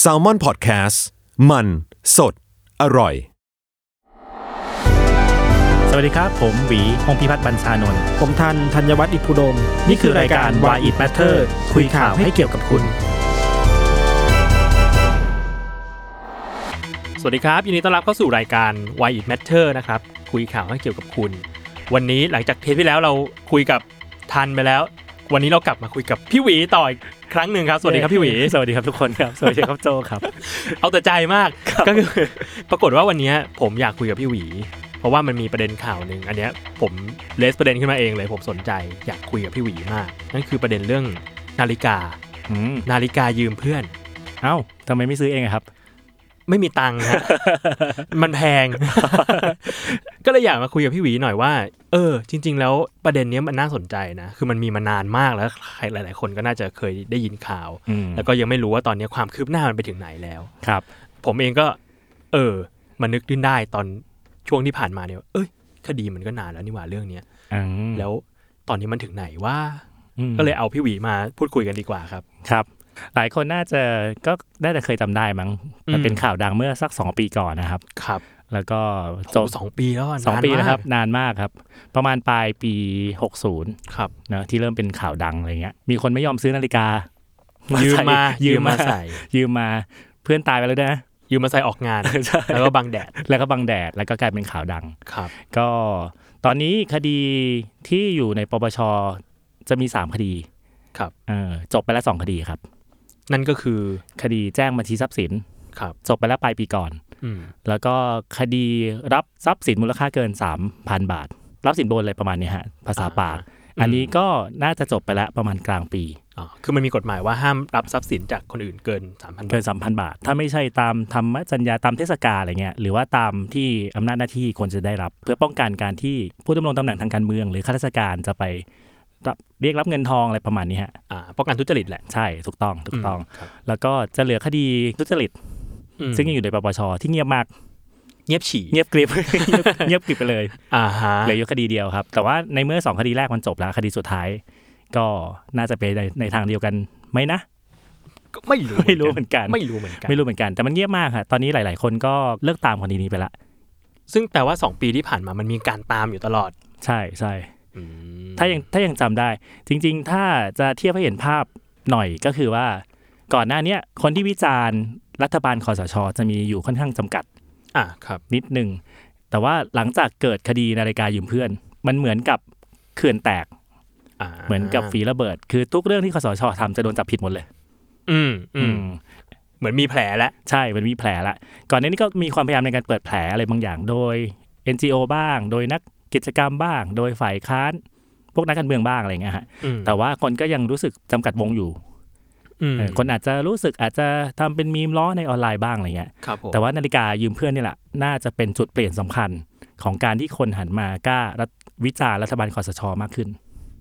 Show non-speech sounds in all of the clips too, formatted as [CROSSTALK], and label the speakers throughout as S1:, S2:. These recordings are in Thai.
S1: แซลมอนพอดแคสต์มันสดอร่อย
S2: สวัสดีครับ ผมหวีพงพิพัฒน์บัญชานนท์
S3: ผมทันธัญวัฒน์อิพุดม
S2: นี่คือรายการ Why It Matter คุยข่าวให้เกี่ยวกับคุณ สวัสดีครับ ยินดีต้อนรับเข้าสู่รายการ Why It Matter นะครับ คุยข่าวให้เกี่ยวกับคุณ วันนี้หลังจากเทปที่แล้วเราคุยกับทันไปแล้ว วันนี้เรากลับมาคุยกับพี่หวีต่ออีกครั้งหนึ่งครับ สวัสดีครับพี่หวี
S4: สวัสดีครับทุกคนครับ สวัสดีครับโจครับ
S2: เอาแต่ใจมากก็คือ [LAUGHS] ปรากฏว่าวันเนี้ยผมอยากคุยกับพี่หวี เพราะว่ามันมีประเด็นข่าวหนึ่งอันเนี้ยผมเลสประเด็นขึ้นมาเองเลยผมสนใจอยากคุยกับพี่หวีมาก นั่นคือประเด็นเรื่องนาฬิกา
S4: อืม
S2: นาฬิกายืมเพื่อน
S4: เอ้าทำไมไม่ซื้อเองอะครับ
S2: ไม่มีตังค์ฮะ มันแพง [LAUGHS] ก็เลยอยากมาคุยกับพี่หวีหน่อยว่า เออ จริง ๆ แล้วประเด็นเนี้ยมันน่าสนใจนะ คือมันมีมานานมากแล้วใครหลาย ๆ คนก็น่าจะเคยได้ยินข่าว
S4: อืม
S2: แล้วก็ยังไม่รู้ว่าตอนเนี้ยความคืบหน้ามันไปถึงไหนแล้ว
S4: ครับ
S2: ผมเองก็ เออมานึกขึ้นได้ตอนช่วงที่ผ่านมาเนี่ยว่าเอ้ย คดีมันก็นานแล้วนี่หว่าเรื่องเนี้ย
S4: อืม
S2: แล้วตอนนี้มันถึงไหนว่า
S4: อืม
S2: ก็เลยเอาพี่หวีมาพูดคุยกันดีกว่าครับ
S4: ครับ หลายคนน่าจะก็ได้แต่เคยจำได้มั้ง มัน
S2: อืม
S4: เป็นข่าวดังเมื่อสักสองปีก่อนนะครับ
S2: ครับ
S4: แล้วก็
S2: โจสองปีแล้วะ
S4: สอง
S2: นาน
S4: ปีนะครับ
S2: มาก
S4: นานมากครับ ประมาณปลายปี 60
S2: ครับ
S4: นะที่เริ่มเป็นข่าวดังอะไรเงี้ย มีคนไม่ยอมซื้อนาฬิกา
S2: ยื
S4: ยื
S2: มมายื
S4: ยื
S2: ม
S4: ม
S2: มา
S4: มา
S2: ใส่
S4: ใส่ ยืมมาเพื่อนตายไปแล้วด้วยนะ
S2: อยู่มาใส่ออกงาน แล้วก็บังแดด
S4: แล้วก็บังแดด แล้วก็กลายเป็นข่าวดัง
S2: ครับ
S4: ก็ตอนนี้คดีที่อยู่ในปปชจะมี 3 คดี
S2: ครับ
S4: เออจบไปแล้ว 2 คดีครับ
S2: นั่นก็คือ
S4: คดีแจ้งบัญชีทรัพย์สิน
S2: ครับ
S4: จบไปแล้วปลายปีก่อน
S2: อืม
S4: แล้วก็คดีรับทรัพย์สินมูลค่าเกิน 3,000 บาท รับสินบนอะไรประมาณเนี้ยฮะภาษาปาก อันนี้ก็น่าจะจบไปแล้วประมาณกลางปี
S2: อ๋อคือมันมีกฎหมายว่าห้ามรับทรัพย์สินจากคนอื่นเกินสามพัน
S4: เกิน 3,000 บาท ถ้าไม่ใช่ตามธรรมจัญญาตามเทศกาลอะไรเงี้ยหรือว่าตามที่อำนาจหน้าที่ควรจะได้รับ เพื่อป้องกันการที่ผู้ดำรงตำแหน่งทางการเมือง หรือข้าราชการจะไปรับเรียกรับเงินทองอะไรประมาณนี้ฮะ
S2: อ่าป้องกันทุจริตแหละ
S4: ใช่ถูกต้องถูกต้อง
S2: อืมครับ
S4: แล้วก็จะเหลือคดีทุจริต
S2: อืม
S4: ซึ่งยังอยู่ในปปชที่เงียบมาก
S2: เงียบฉี่
S4: เงียบกริบ [LAUGHS] เงียบเงียบกริบไปเลย
S2: อ่าฮะ
S4: เหลืออยู่คดีเดียวครับ แต่ว่าในเมื่อสองคดีแรกมันจบแล้วคดีสุดท้าย ก็น่าจะไปในในทางเดียวกันไหมนะ
S2: ก็ไม่รู้
S4: ไม่รู้เหมือนกัน
S2: ไม่รู้เหมือนกัน
S4: ไม่รู้เหมือนกันแต่มันเงียบมากค่ะตอนนี้หลาย ๆ คนก็เลิกตามคดีนี้ไปละ
S2: ซึ่งแปลว่า 2 ปีที่ผ่านมามันมีการตามอยู่ตลอด
S4: ใช่ใช่ถ้ายังถ้ายังจำได้ จริง ๆ ถ้าจะเทียบให้เห็นภาพหน่อยก็คือว่าก่อนหน้าเนี้ยคนที่วิจารณ์รัฐบาลคอสช จะมีอยู่ค่อนข้างจำกัด
S2: อ่ะครับ
S4: นิดหนึ่ง แต่ว่าหลังจากเกิดคดีนาฬิกายืมเพื่อน มันเหมือนกับเขื่อนแตก
S2: อ่า
S4: เหมือนกับฝีระเบิด คือทุกเรื่องที่คสชทำจะโดนจับผิดหมดเลย
S2: อืมอื
S4: อื
S2: ม
S4: ม
S2: เหมือนมีแผลแล้ว
S4: ใช่มันมีแผลละก่อนหน้านี้ก็มีความพยายามในการเปิดแผลอะไรบางอย่าง โดย NGO บ้าง โดยนักกิจกรรมบ้าง โดยฝ่ายค้าน พวกนักการเมืองบ้างอะไรอย่างเงี้ยฮะ
S2: อืม
S4: แต่ว่าคนก็ยังรู้สึกจำกัดวงอยู่
S2: อืม
S4: เออคนอาจจะรู้สึกอาจจะทำเป็นมีมล้อในออนไลน์บ้างอะไรเงี้ย
S2: ครับผม
S4: แต่ว่านาฬิกายืมเพื่อนนี่แหละ น่าจะเป็นจุดเปลี่ยนสำคัญของการที่คนหันมากล้ารัฐวิจารณ์รัฐบาลคอสชมากขึ้น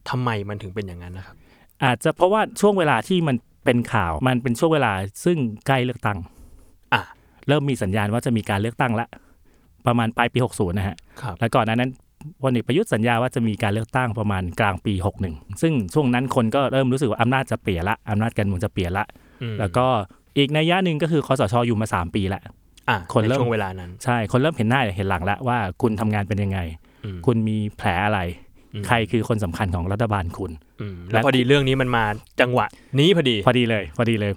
S2: ทำไมมันถึงเป็นอย่างนั้นนะครับ
S4: อาจจะเพราะว่าช่วงเวลาที่มันเป็นข่าว มันเป็นช่วงเวลาซึ่งใกล้เลือกตั้ง
S2: อ่ะ
S4: เริ่มมีสัญญาณว่าจะมีการเลือกตั้งละ ประมาณปลายปี 60 นะฮะ
S2: ครับ
S4: แล้วก่อนหนานั้นพลเอกประยุทธ์สัญญาว่าจะมีการเลือกตั้งประมาณกลางปี 61 ซึ่งช่วงนั้นคนก็เริ่มรู้สึกว่าอำนาจจะเปลี่ยนละอำนาจการเมืองจะเปลี่ยนละ
S2: อืม
S4: แล้วก็อีกนัยยะหนึ่งก็คือคอสชอยู่มาสามปีละ
S2: อ่ะ
S4: คน
S2: ใน
S4: เริ่ม
S2: ช่วงเวลานั้น
S4: ใช่ คนเริ่มเห็นหน้าเห็นหลังแล้วว่าคุณทำงานเป็นยังไง
S2: อืม
S4: คุณมีแผลอะไร ใครคือคนสำคัญของรัฐบาลคุณ
S2: อืม
S4: แล้
S2: แล้ว
S4: ว
S2: พอดีเรื่องนี้มันมาจังหวะนี้พอดี
S4: พอดีเลย พอดีเลย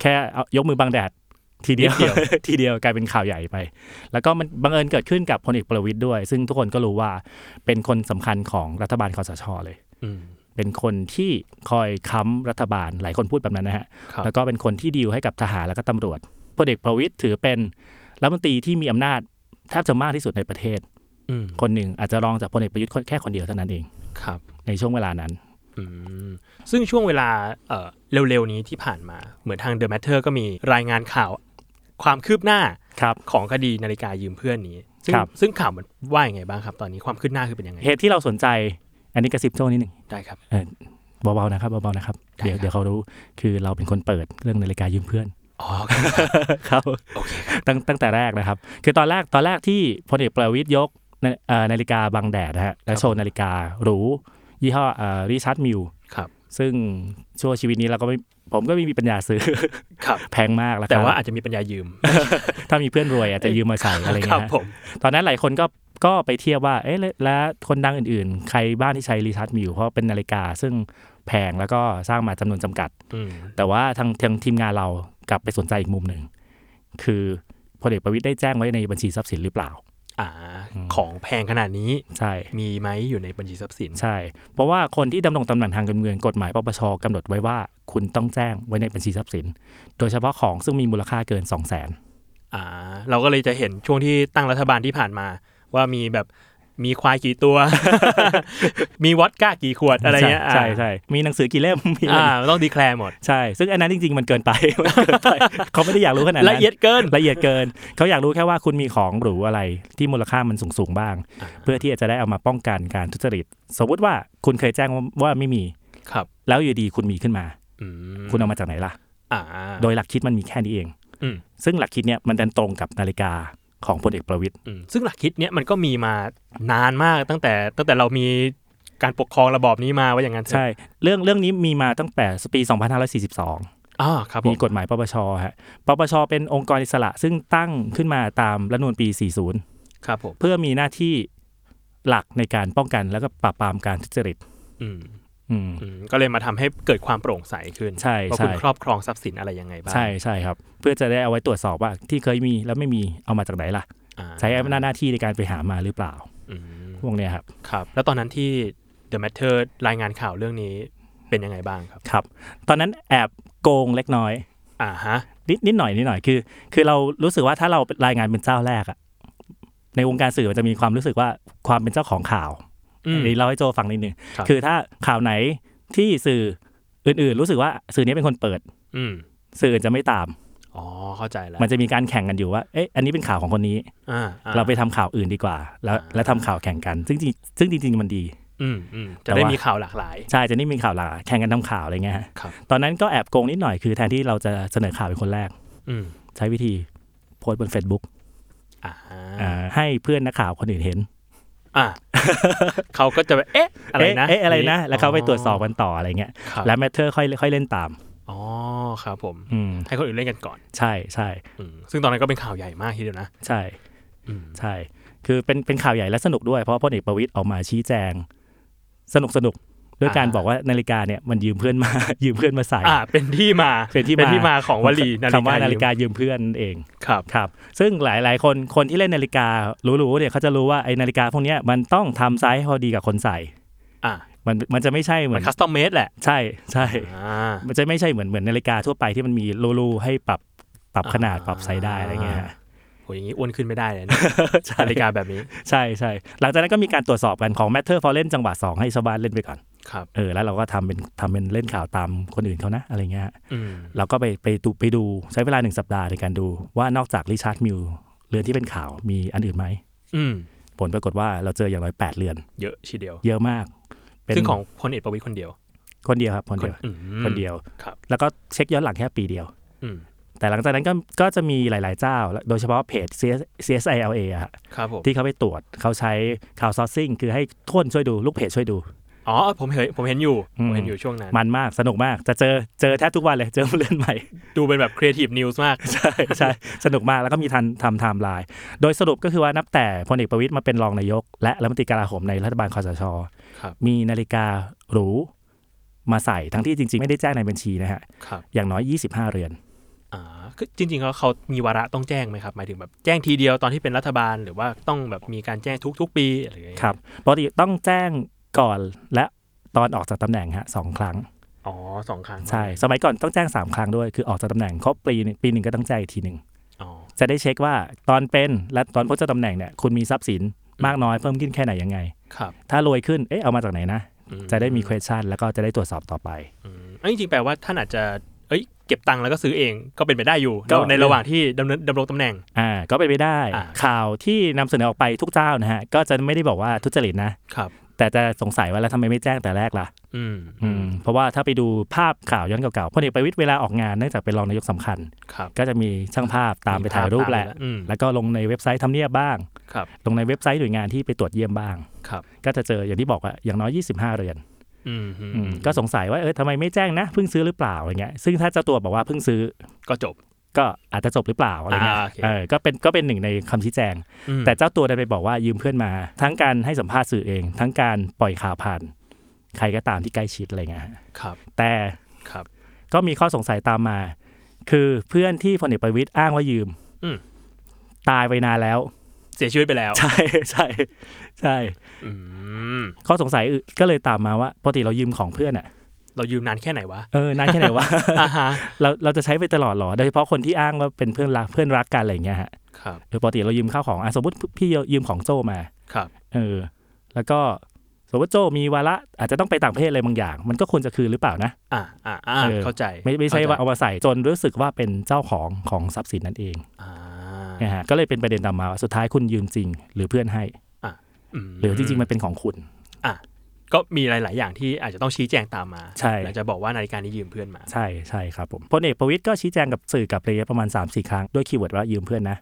S4: แค่เอายกมือบังแดด ทีเดียว
S2: นิดเดียว
S4: [LAUGHS] ทีเดียวกลายเป็นข่าวใหญ่ไป แล้วก็มันบังเอิญเกิดขึ้นกับพลเอกประวิตยด้วย ซึ่งทุกคนก็รู้ว่าเป็นคนสำคัญของรัฐบาลคอสชเลย
S2: อืม
S4: เป็นคนที่คอยค้ำรัฐบาลหลายคนพูดแบบนั้นนะฮะ
S2: ครับ
S4: แล้วก็เป็นคนที่ดีลให้กับทหารแล้วก็ตำรวจพลเอกประวิตยถือเป็นรัฐมนตรีที่มีอำนาจแทบจะมากที่สุดในประเทศ
S2: อืม
S4: คนหนึ่งอาจจะรองจากพลเอกประยุทธ์แค่คนเดียวเท่านั้นเอง
S2: ครับ
S4: ในช่วงเวลานั้น
S2: อืมซึ่งช่วงเวลาเอ่อเร็วๆนี้ที่ผ่านมา เหมือนทาง The Matter ก็มีรายงานข่าวความคืบหน้า
S4: ครับ
S2: ของคดีนาฬิกายืมเพื่อนนี้ ซึ่ง
S4: ครับ
S2: ซึ่งข่าวมันว่ายังไงบ้างครับ ตอนนี้ความคืบหน้าคือเป็นยังไง
S4: เหตุที่เราสนใจ อันนี้กระซิบโจ้นิดหนึ่ง
S2: ได้ครับ
S4: เบาๆนะครับเบาๆนะครับเดี๋ยว
S2: ได้ครับ
S4: เดี๋ยวเขารู้คือเราเป็นคนเปิดเรื่องนาฬิกายืมเพื่อน
S2: [LAUGHS] อ๋อ
S4: ครับตั้งตั้งแต่แรกนะครับ คือตอนแรกตอนแรกที่พลเอกประวิทยยกนาเอ่อนาฬิกาบังแดดนะฮะและโชว์นาฬิกาหรู ยี่ห้อริชาร์ดมิล
S2: ครับ
S4: ซึ่งชั่วชีวิตนี้เราก็ไม่ผมก็ไม่มีปัญญาซื้อ [LAUGHS]
S2: ครับ
S4: แพงมากแล้ว
S2: แต่ว่าอาจจะมีปัญญายืม
S4: ถ้ามีเพื่อนรวยอาจจะยืมมาใส่อะไร
S2: ครับ
S4: เงี้ยฮะ
S2: ผม
S4: ตอนนั้นหลายคนก็ก็ไปเทียบว่าเอ๊ะแล้วแล้วคนดังอื่นๆ ใครบ้านที่ใช้ริชาร์ดมิลเพราะเป็นนาฬิกา ซึ่งแพงแล้วก็สร้างมาจำนวนจำกัด
S2: อืม
S4: แต่ว่าทางทางทีมงานเรากลับไปสนใจอีกมุมหนึ่ง คือพลเอกประวิตยได้แจ้งไว้ในบัญชีทรัพย์สินหรือเปล่า
S2: อ่า ของแพงขนาดนี้
S4: ใช่
S2: มีไหมอยู่ในบัญชีทรัพย์สิน
S4: ใช่ เพราะว่าคนที่ดำรงตำแหน่งทางการเมืองกฎหมายปปชกำหนดไว้ว่าคุณต้องแจ้งไว้ในบัญชีทรัพย์สิน โดยเฉพาะของซึ่งมีมูลค่าเกิน 2 0 0 0 0น
S2: อ่า เราก็เลยจะเห็นช่วงที่ตั้งรัฐบาลที่ผ่านมา ว่ามีแบบมีควายกี่
S4: [LAUGHS]
S2: ตัว มีวอดก้ากี่ขวดอะไรเงี้ย
S4: ใช่ใช่ใช่มีหนังสือกี่เล่มมีอะไร
S2: อ่าอ่าต้องดีแคลร์หมด
S4: ใช่ ซึ่งอันนั้นจริง ๆ มันเกินไป [LAUGHS] มันเกินไป เขาไม่ได้อยากรู้ขนาดนั้น
S2: ละเอียดเกิน
S4: [LAUGHS] ละเอียดเกิน เขาอยากรู้แค่ว่าคุณมีของหรูอะไรที่มูลค่ามันสูงๆบ้าง เพื่อที่จะได้เอามาป้องกันการทุจริต สมมติว่าคุณเคยแจ้งว่าว่าไม่มี
S2: ครับ
S4: แล้วอยู่ดีคุณมีขึ้นมา
S2: อืม
S4: คุณเอามาจากไหนล่ะ
S2: อ่า
S4: โดยหลักคิดมันมีแค่นี้เอง
S2: อืม
S4: ซึ่งหลักคิดเนี่ยมันดันตรงกับนาฬิกาของพลเอกประวิตย
S2: อืมซึ่งหลักคิดเนี้ยมันก็มีมานานมากตั้งแต่ตั้งแต่เรามีการปกครองระบอบนี้มาว่าอย่างนั้นเถอะ
S4: ใช่ เรื่องเรื่องนี้มีมาตั้งแต่ปี 2542
S2: อ่าครับผ
S4: มี
S2: ม
S4: กฎหมายปปชฮะ ปปชเป็นองค์กรอิสระซึ่งตั้งขึ้นมาตามรัฐธรรมนูญปี 40
S2: ครับผม
S4: เพื่อมีหน้าที่หลักในการป้องกันแล้วก็ปราบปรามการทุจริต
S2: อืม
S4: อืม
S2: อืมก็เลยมาทำให้เกิดความโปร่งใสขึ้น
S4: ใช่
S2: ว่า
S4: ใช่
S2: คุณครอบครองทรัพย์สินอะไรยังไงบ้าง
S4: ใช่ใช่ครับ เพื่อจะได้เอาไว้ตรวจสอบว่าที่เคยมีแล้วไม่มีเอามาจากไหนล่ะ
S2: อ่า
S4: ใช้อำนาจหน้าที่ในการไปหามาหรือเปล่า
S2: อืม
S4: พวกเนี้ยครับ
S2: ครับ แล้วตอนนั้นที่ The Matter รายงานข่าวเรื่องนี้เป็นยังไงบ้างครับ
S4: ครับ ตอนนั้นแอบโกงเล็กน้อย
S2: อ่าฮะ
S4: นิดนิดหน่อยนิดหน่อยคือ คือเรารู้สึกว่าถ้าเรารายงานเป็นเจ้าแรกอะในวงการสื่อมันจะมีความรู้สึกว่าความเป็นเจ้าของข่าว
S2: อืม
S4: อันนี้เราให้โจฟังนิดนึง
S2: ครับ
S4: คือถ้าข่าวไหนที่สื่ออื่นๆ รู้สึกว่าสื่อนี้เป็นคนเปิด
S2: อืม
S4: สื่ออื่นจะไม่ตาม
S2: อ๋อเข้าใจแล้ว
S4: มันจะมีการแข่งกันอยู่ว่าเอ๊ะอันนี้เป็นข่าวของคนนี้
S2: อ่าอ่
S4: เราไปทำข่าวอื่นดีกว่า แล้วแล้วทำข่าวแข่งกัน ซึ่งจริงซึ่งจริงๆมันดี
S2: อืมอืม
S4: แต่
S2: จะได้
S4: ว่ามี
S2: มีข่าวหลากหลาย
S4: ใช่จะนี่มีข่าวหลาแข่งกันทำข่าวอะไรเงี้ยฮะ
S2: ครับ
S4: ตอนนั้นก็แอบโกงนิดหน่อยคือแทนที่เราจะเสนอข่าวเป็นคนแรก
S2: อืม
S4: ใช้วิธีโพสต์บน Facebook
S2: อ่า
S4: อ่าให้เพื่อนนักข่าวคนอื่นเห็น [LAUGHS]
S2: อ่า เขาก็จะแบบเอ๊ะ อะไรนะ
S4: เอ๊เอ๊อะไรนะ แล้วเขาไปตรวจสอบกันต่ออะไรเงี้ย
S2: ครับ
S4: แล้วแมทเทอร์ค่อยค่อยเล่นตาม
S2: อ๋อครับผม
S4: อืม
S2: ให้คนอื่นเล่นกันก่อน
S4: ใช่ใช่
S2: อืมซึ่งตอนนั้นก็เป็นข่าวใหญ่มากทีเดียวนะ
S4: ใช่
S2: อืม
S4: ใช่ คือเป็นเป็นข่าวใหญ่และสนุกด้วยเพราะพลเอกประวิตยออกมาชี้แจง สนุกสนุกด้วยการ
S2: อ่า
S4: บอกว่านาฬิกาเนี่ยมันยืมเพื่อนมา [LAUGHS] ยืมเพื่อนมาใส่
S2: อ่า เป็นที่มา
S4: เป็นที่มา
S2: มาของวลีนาฬิ
S4: คำว่าก
S2: า
S4: นาฬิกายืมเพื่อนนั่นเอง
S2: ครับ
S4: ครับ ซึ่งหลาย ๆ คน คนที่เล่นนาฬิกาหรู้ๆเนี่ยเขาจะรู้ว่าไอ้นาฬิกาพวกเนี้ยมันต้องทำไซส์พอดีกับคนใส่
S2: อ่า
S4: มันมันจะไม่ใช่เหมื
S2: มั
S4: อน น
S2: คัสตอมเมดแหละ
S4: ใช่ใช่
S2: อ่า
S4: มันจะไม่ใช่เหมือนเหมือนนาฬิกาทั่วไปที่มันมีรูๆให้ปรับปรับขนาดปรับไซส์ได้อะไรเงี้ยฮะ
S2: โหอย่างนี้อ้วนขึ้นไม่ได้เลย
S4: [LAUGHS]
S2: นะนาฬิกาแบบนี้
S4: ใช่ใช่หลังจากนั้นก็มีการตรวจสอบกันของ Matter for เล่นจังหวะ2ให้ชาวบ้านเล่นไปก่อน
S2: ครับ
S4: เออแล้วเราก็ทำเป็นทำเป็นเล่นข่าวตามคนอื่นเขานะอะไรเงี้ยฮะ
S2: อืม
S4: เราก็ไปไปดูไปดูใช้เวลาหนึ่งสัปดาห์ในการดูว่านอกจากริชาร์ดมิลเรือนที่เป็นข่าวมีอันอื่นไหม
S2: อืม
S4: ผลปรากฏว่าเราเจออย่างน้อยแปดเรือน
S2: เยอะทีเดียว
S4: เยอะมากเป็น
S2: ซึ่งของพลเอกประวิตยคนเดียว
S4: คนเดียวครับคนเดียว
S2: อืม
S4: คนเดียว
S2: ครับ
S4: แล้วก็เช็คย้อนหลังแค่ปีเดียว
S2: อืม
S4: แต่หลังจากนั้นก็ก็จะมีหลาย ๆ เจ้า โดยเฉพาะเพจ CS CSILA อะฮะ
S2: ครับผม
S4: ที่เขาไปตรวจเขาใช้ข่าวซอร์ซิ่งคือให้คนช่วยดูลูกเพจช่วยดู
S2: อ๋อผมเห็นผมเห็นอยู่
S4: อืม
S2: ผมเห็นอยู่ช่วงนั้น
S4: มันมาก สนุกมาก จะเจอเจอแทบทุกวันเลย เจอผู้เล่นใหม่
S2: ดูเป็นแบบครีเอทีฟนิวส์มาก
S4: ใช่ [LAUGHS] ใช่สนุกมากแล้วก็มีทันทำไทม์ไลน์โดยสรุปก็คือว่านับแต่พลเอกประวิตยมาเป็นรองนายก และรัฐมนตรีกลาโหมในรัฐบาลคอสช
S2: ครับ
S4: มีนาฬิกาหรูมาใส่ทั้งที่จริง ๆ ไม่ได้แจ้งในบัญชีนะฮะ
S2: ครับ
S4: อย่างน้อย 25 เรือน
S2: อ่าคือจริงๆเขาเขามีวาระต้องแจ้งไหมครับหมายถึงแบบแจ้งทีเดียวตอนที่เป็นรัฐบาลหรือว่าต้องแบบมีการแจ้งทุก ๆ ปีอะไรอย่างเงี้ย
S4: ครับปกติต้องแจ้งก่อนและตอนออกจากตำแหน่งฮะสองครั้ง
S2: อ๋อสองครั้ง
S4: ใช่ สมัยก่อนต้องแจ้ง 3 ครั้งด้วย คือออกจากตำแหน่งครบปีหนึ่งปีหนึ่งก็ต้องแจ้งอีกทีหนึ่ง
S2: อ๋อ
S4: จะได้เช็คว่าตอนเป็นและตอนพ้นจากตำแหน่งเนี่ยคุณมีทรัพย์สินมากน้อยเพิ่มขึ้นแค่ไหนยังไง
S2: ครับ
S4: ถ้ารวยขึ้น เอ๊ะเอามาจากไหนนะ จะได้มี question แล้วก็จะได้ตรวจสอบต่อไป
S2: อันจริงๆแปลว่าท่านอาจจะเอ้ยเก็บตังค์แล้วก็ซื้อเองก็เป็นไปได้อยู่
S4: ก็
S2: ในระหว่างที่ดำเนินดำรงตำแหน่ง
S4: อ่าก็ไปนไปได้
S2: อ่า
S4: ข่าวที่นำเสนอออกไปทุกเจ้านะฮะ ก็จะไม่ได้บอกว่าทุจริตนะ
S2: ครับ
S4: แต่จะสงสัยว่าแล้วทำไมไม่แจ้งแต่แรกล่ะ
S2: อืม
S4: อืมเพราะว่าถ้าไปดูภาพข่าวย้อนเก่าๆพลเอกประวิตยเวลาออกงานเนื่องจากเป็นรองนายกสำคัญ
S2: ครับ
S4: ก็จะมีช่างภาพตามไปถ่ายรูปแหละ
S2: ตามไปอืม
S4: แล้วก็ลงในเว็บไซต์ทำเนียบบ้าง
S2: ครับ
S4: ลงในเว็บไซต์หน่วยงานที่ไปตรวจเยี่ยมบ้าง
S2: ครับ
S4: ก็จะเจออย่างที่บอกอะอย่างน้อย 25 เรือน
S2: อืมอืม
S4: อืมก็สงสัยว่าเออทำไมไม่แจ้งนะเพิ่งซื้อหรือเปล่าอะไรเงี้ยซึ่งถ้าเจ้าตัวบอกว่าเพิ่งซื้อ
S2: ก็จบ
S4: ก็อาจจะจบหรือเปล่าอะไรเงี้ย
S2: อ่าโอเค
S4: เออก็เป็นก็เป็นหนึ่งในคำชี้แจง
S2: อืม
S4: แต่เจ้าตัวได้ไปบอกว่ายืมเพื่อนมา ทั้งการให้สัมภาษณ์สื่อเอง ทั้งการปล่อยข่าวผ่าน ใครก็ตามที่ใกล้ชิดอะไรเงี้ยฮะ
S2: ครับ
S4: แต่
S2: ครับ
S4: ก็มีข้อสงสัยตามมา คือเพื่อนที่พลเอกประวิตยอ้างว่ายืม
S2: อืม
S4: ตายไปนานแล้ว
S2: เสียชีวิตไปแล้ว
S4: ใช่ใช่ใช่
S2: อืม
S4: ข้อสงสัยอื่นก็เลยตามมาว่าปกติเรายืมของเพื่อนอ่ะ
S2: เรายืมนานแค่ไหนวะ
S4: เออนานแค่ไหนวะ
S2: อ่าฮะ
S4: เราเราจะใช้ไปตลอดเหรอโดยเฉพาะคนที่อ้างว่าเป็นเพื่อนรักเพื่อนรักกันอะไรอย่างเงี้ยฮะ
S2: ครับ
S4: โดยปกติเรายืมข้าวของอ่ะสมมติพี่ยืมของโจมา
S2: ครับ
S4: เออ แล้วก็สมมติโจมีวาระอาจจะต้องไปต่างประเทศอะไรบางอย่าง มันก็ควรจะคืนหรือเปล่านะ
S2: อ่าอ่าอ่า
S4: เออ
S2: เข้าใจ
S4: ไม่ไม่ใช่
S2: เข้
S4: ว่าเอามาใส่จนรู้สึกว่าเป็นเจ้าของของทรัพย์สินนั่นเอง
S2: อ่า
S4: นะฮะก็เลยเป็นประเด็นตามมาว่าสุดท้ายคุณยืมจริง หรือเพื่อนให้
S2: ม
S4: หรือจริงๆมันเป็นของคุณ
S2: ก็มีหลาย ๆ อย่างที่อาจจะต้องชี้แจงตามมา
S4: ใช่
S2: แล้วจะบอกว่านาฬิกานี้ยืมเพื่อนมา
S4: ใช่ใช่ครับผมพลเอกประวิตยก็ชี้แจงกับสื่อกับอะไรเงี้ยประมาณ3ามสี่ครั้งด้วยคีย์เวิร์ดว่ายืมเพื่อนนะ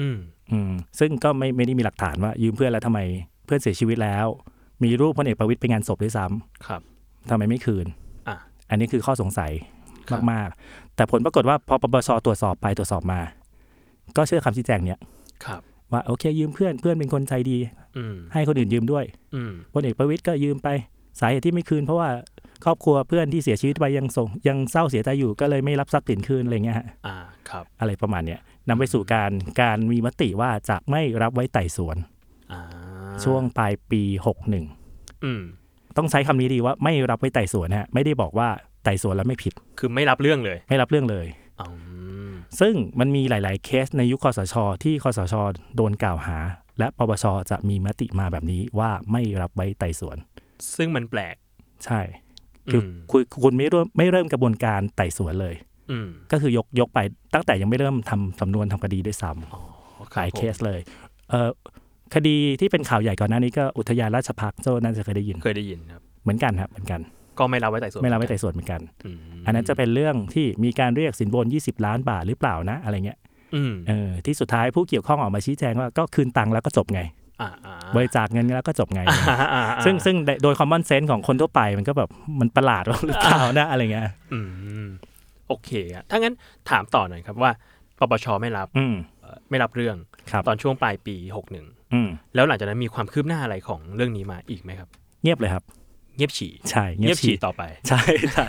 S2: อืม
S4: อืมซึ่งก็ไม่ไม่ได้มีหลักฐานว่ายืมเพื่อนแล้วทำไมเพื่อนเสียชีวิตแล้ว มีรูปพลเอกประวิตยไปงานศพด้วยซ้ำ
S2: ครับ
S4: ทำไมไม่คืน
S2: อ่ะ
S4: อันนี้คือข้อสงสัย
S2: ครับ
S4: มากๆ แต่ผลปรากฏว่าพอปปชตรวจสอบไปตรวจสอบมา ก็เชื่อคำชี้แจงเนี้ย
S2: ครับ
S4: ว่าโอเคยืมเพื่อนเพื่อนเป็นคนใจดี
S2: อืม
S4: ให้คนอื่นยืมด้วย
S2: อืม
S4: พลเอกประวิตยก็ยืมไปสาเหตุที่ไม่คืน เพราะว่าครอบครัวเพื่อนที่เสียชีวิตไปยังส่งยังเศร้าเสียใจอยู่ก็เลยไม่รับทรัพย์สินคืนอะไรเงี้ยฮะ
S2: อ่า ครับ
S4: อะไรประมาณเนี้ยนำไปสู่การการมีมติว่าจะไม่รับไว้ไต่สวน
S2: อ่า
S4: ช่วงปลายปี
S2: อ
S4: 61
S2: ืม
S4: ต้องใช้คำนี้ดีว่าไม่รับไว้ไต่สวนฮะไม่ได้บอกว่าไต่สวนแล้วไม่ผิด
S2: คือไม่รับเรื่องเลย
S4: ไม่รับเรื่องเลย
S2: อืม
S4: ซึ่งมันมีหลาย ๆ เคสในยุคคอสช ที่คอสช โดนกล่าวหา และปปชจะมีมติมาแบบนี้ว่าไม่รับไว้ไต่สวน
S2: ซึ่งมันแปลก
S4: ใช่คือ
S2: อืม
S4: คุณคุณไม่เริ่มไม่เริ่มกระบวนการไต่สวนเลย
S2: อืม
S4: ก็คือยกยกไปตั้งแต่ยังไม่เริ่มทำสำนวนทำคดีด้วยซ้ำ หลาย
S2: ผม
S4: เคสเลยเออคดีที่เป็นข่าวใหญ่ก่อนหน้านี้ก็อุทยานราชพักษ์โจน่าจะเคยได้ยิน
S2: เคยได้ยินครับ
S4: เหมือนกันครับเหมือนกัน
S2: ก็ไม่รับไว้ไต่สวน
S4: ไม่รับไว้ไต่สวนเหมือนกัน
S2: อืม
S4: อันนั้นจะเป็นเรื่องที่มีการเรียกสินบน 20 ล้านบาทหรือเปล่านะ อะไรเงี้ย
S2: อืม
S4: เออที่สุดท้ายผู้เกี่ยวข้องออกมาชี้แจงว่าก็คืนตังค์แล้วก็จบไง
S2: อ่าอ่า
S4: บริจาคเงินแล้วก็จบไง
S2: อ่าอ่า
S4: ซึ่งซึ่งโดยคอมมอนเซนส์ของคนทั่วไปมันก็แบบมันประหลาดว่าหรือเปล่านะอะไรเงี้ย
S2: อืม โอเคอะถ้างั้นถามต่อหน่อยครับว่า ปปชไม่รับ
S4: อืม
S2: เอ่อไม่รับเรื่อง
S4: ครับ
S2: ตอนช่วงปลายปีหกหนึ่ง
S4: อืม
S2: แล้วหลังจากนั้นมีความคืบหน้าอะไรของเรื่องนี้มาอีกไหมครับ
S4: เงียบเลยครับ
S2: เงียบฉี่
S4: ใช่
S2: เงียบฉี่ต่อไป
S4: ใช่ใช่